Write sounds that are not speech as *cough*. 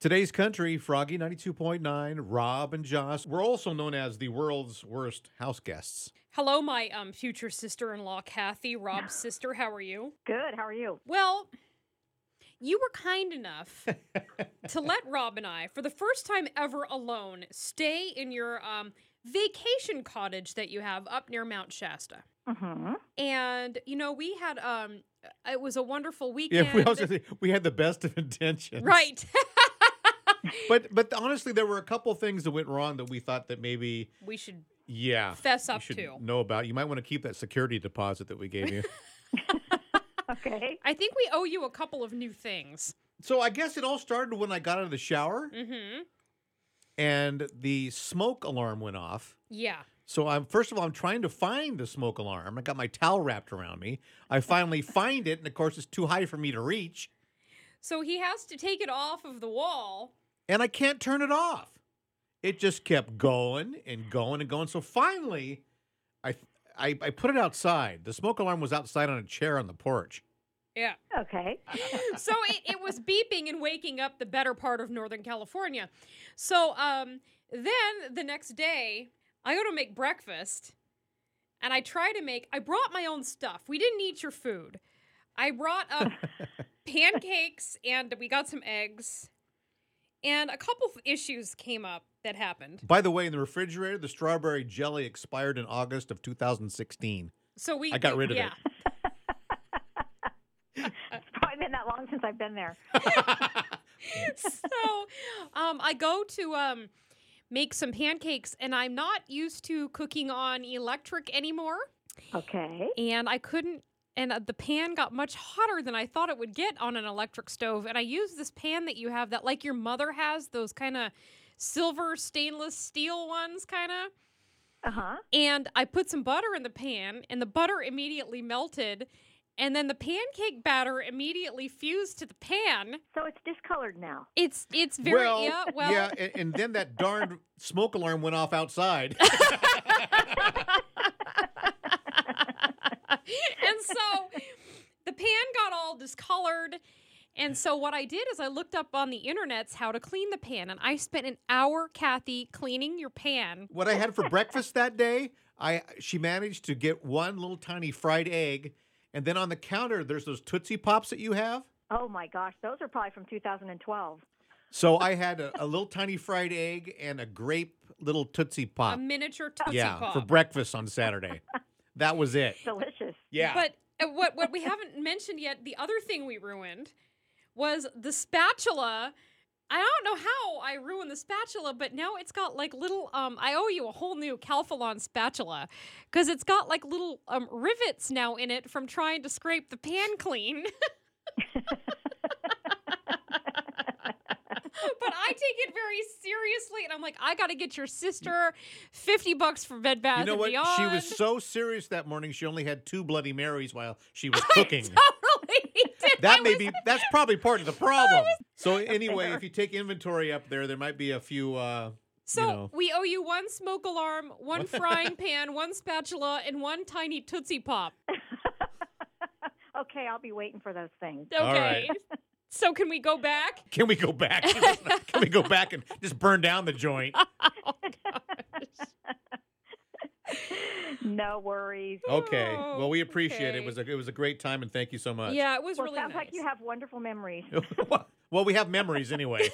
Today's country, Froggy 92.9, Rob and Joss were also known as the world's worst house guests. *laughs* Hello, my um, future sister in law, Kathy, Rob's sister. How are you? Good. How are you? Well, you were kind enough *laughs* to let Rob and I, for the first time ever alone, stay in your um, vacation cottage that you have up near Mount Shasta. Mm-hmm. And, you know, we had, um, it was a wonderful weekend. Yeah, we also we had the best of intentions. *laughs* *laughs* right. But but honestly, there were a couple things that went wrong that we thought that maybe we should yeah fess you up should to. know about. You might want to keep that security deposit that we gave you. Okay. I think we owe you a couple of new things. so I guess it all started when I got out of the shower Mm-hmm. and the smoke alarm went off. Yeah. So I'm first of all I'm trying to find the smoke alarm. I got my towel wrapped around me. I finally find it, and of course it's too high for me to reach, So he has to take it off of the wall. and I can't turn it off. It just kept going and going and going. So finally, I I, I put it outside. The smoke alarm was outside on a chair on the porch. Yeah. Okay. so it, it was beeping and waking up the better part of Northern California. So um, then the next day, I go to make breakfast and I try to make, I brought my own stuff. We didn't eat your food. I brought *laughs* up pancakes and we got some eggs. And a couple of issues came up that happened. By the way, in the refrigerator, the strawberry jelly expired in August of 2016. So we I got rid of it. yeah. It's probably been that long since I've been there. *laughs* so um, I go to um, make some pancakes, and I'm not used to cooking on electric anymore. Okay. And I couldn't, and uh, the pan got much hotter than I thought it would get on an electric stove. And I used this pan that you have that, like your mother has, those kind of silver stainless steel ones, kind of. Uh huh. And I put some butter in the pan, and the butter immediately melted. And then the pancake batter immediately fused to the pan. So it's discolored now. It's it's very well, yeah well yeah, and, and then that darned smoke alarm went off *laughs* outside. and so the pan got all discolored. And so what I did is I looked up on the internets how to clean the pan, and I spent an hour, Kathy, cleaning your pan. what I had for breakfast that day, I she managed to get one little tiny fried egg, and then on the counter there's those Tootsie Pops that you have. Oh my gosh, those are probably from 2012. *laughs* So I had a, a little tiny fried egg and a grape little Tootsie A Pop. miniature Tootsie yeah, Pop. for breakfast on Saturday. that was it. Delicious. Yeah. But uh, what what we haven't mentioned yet, the other thing we ruined was the spatula. I don't know how I ruined the spatula, but now it's got like little. Um, I owe you a whole new Calphalon spatula because it's got like little um, rivets now in it from trying to scrape the pan clean. *laughs* but I take it very seriously, and I'm like, I got to get your sister fifty bucks for Bed Bath you know and what? Beyond. She *laughs* was so serious that morning. She only had two Bloody Marys while *laughs* she was cooking. totally Oh, did. that I may was- *laughs* be that's probably part of the problem. So anyway, if you take inventory up there, there might be a few. Uh, So know. we owe you one smoke alarm, one frying pan, one spatula, and one tiny Tootsie Pop. Okay, I'll be waiting for those things. Okay. right. So can we go back? can we go back? *laughs* can *laughs* we go back and just burn down the joint? No worries. Okay. Well, we appreciate it. Oh, Okay. it. Was a, it was a great time, and *laughs* thank you so much. Yeah, it was Well, really sounds nice. *laughs* like you have wonderful memories. *laughs* well, we have memories anyway.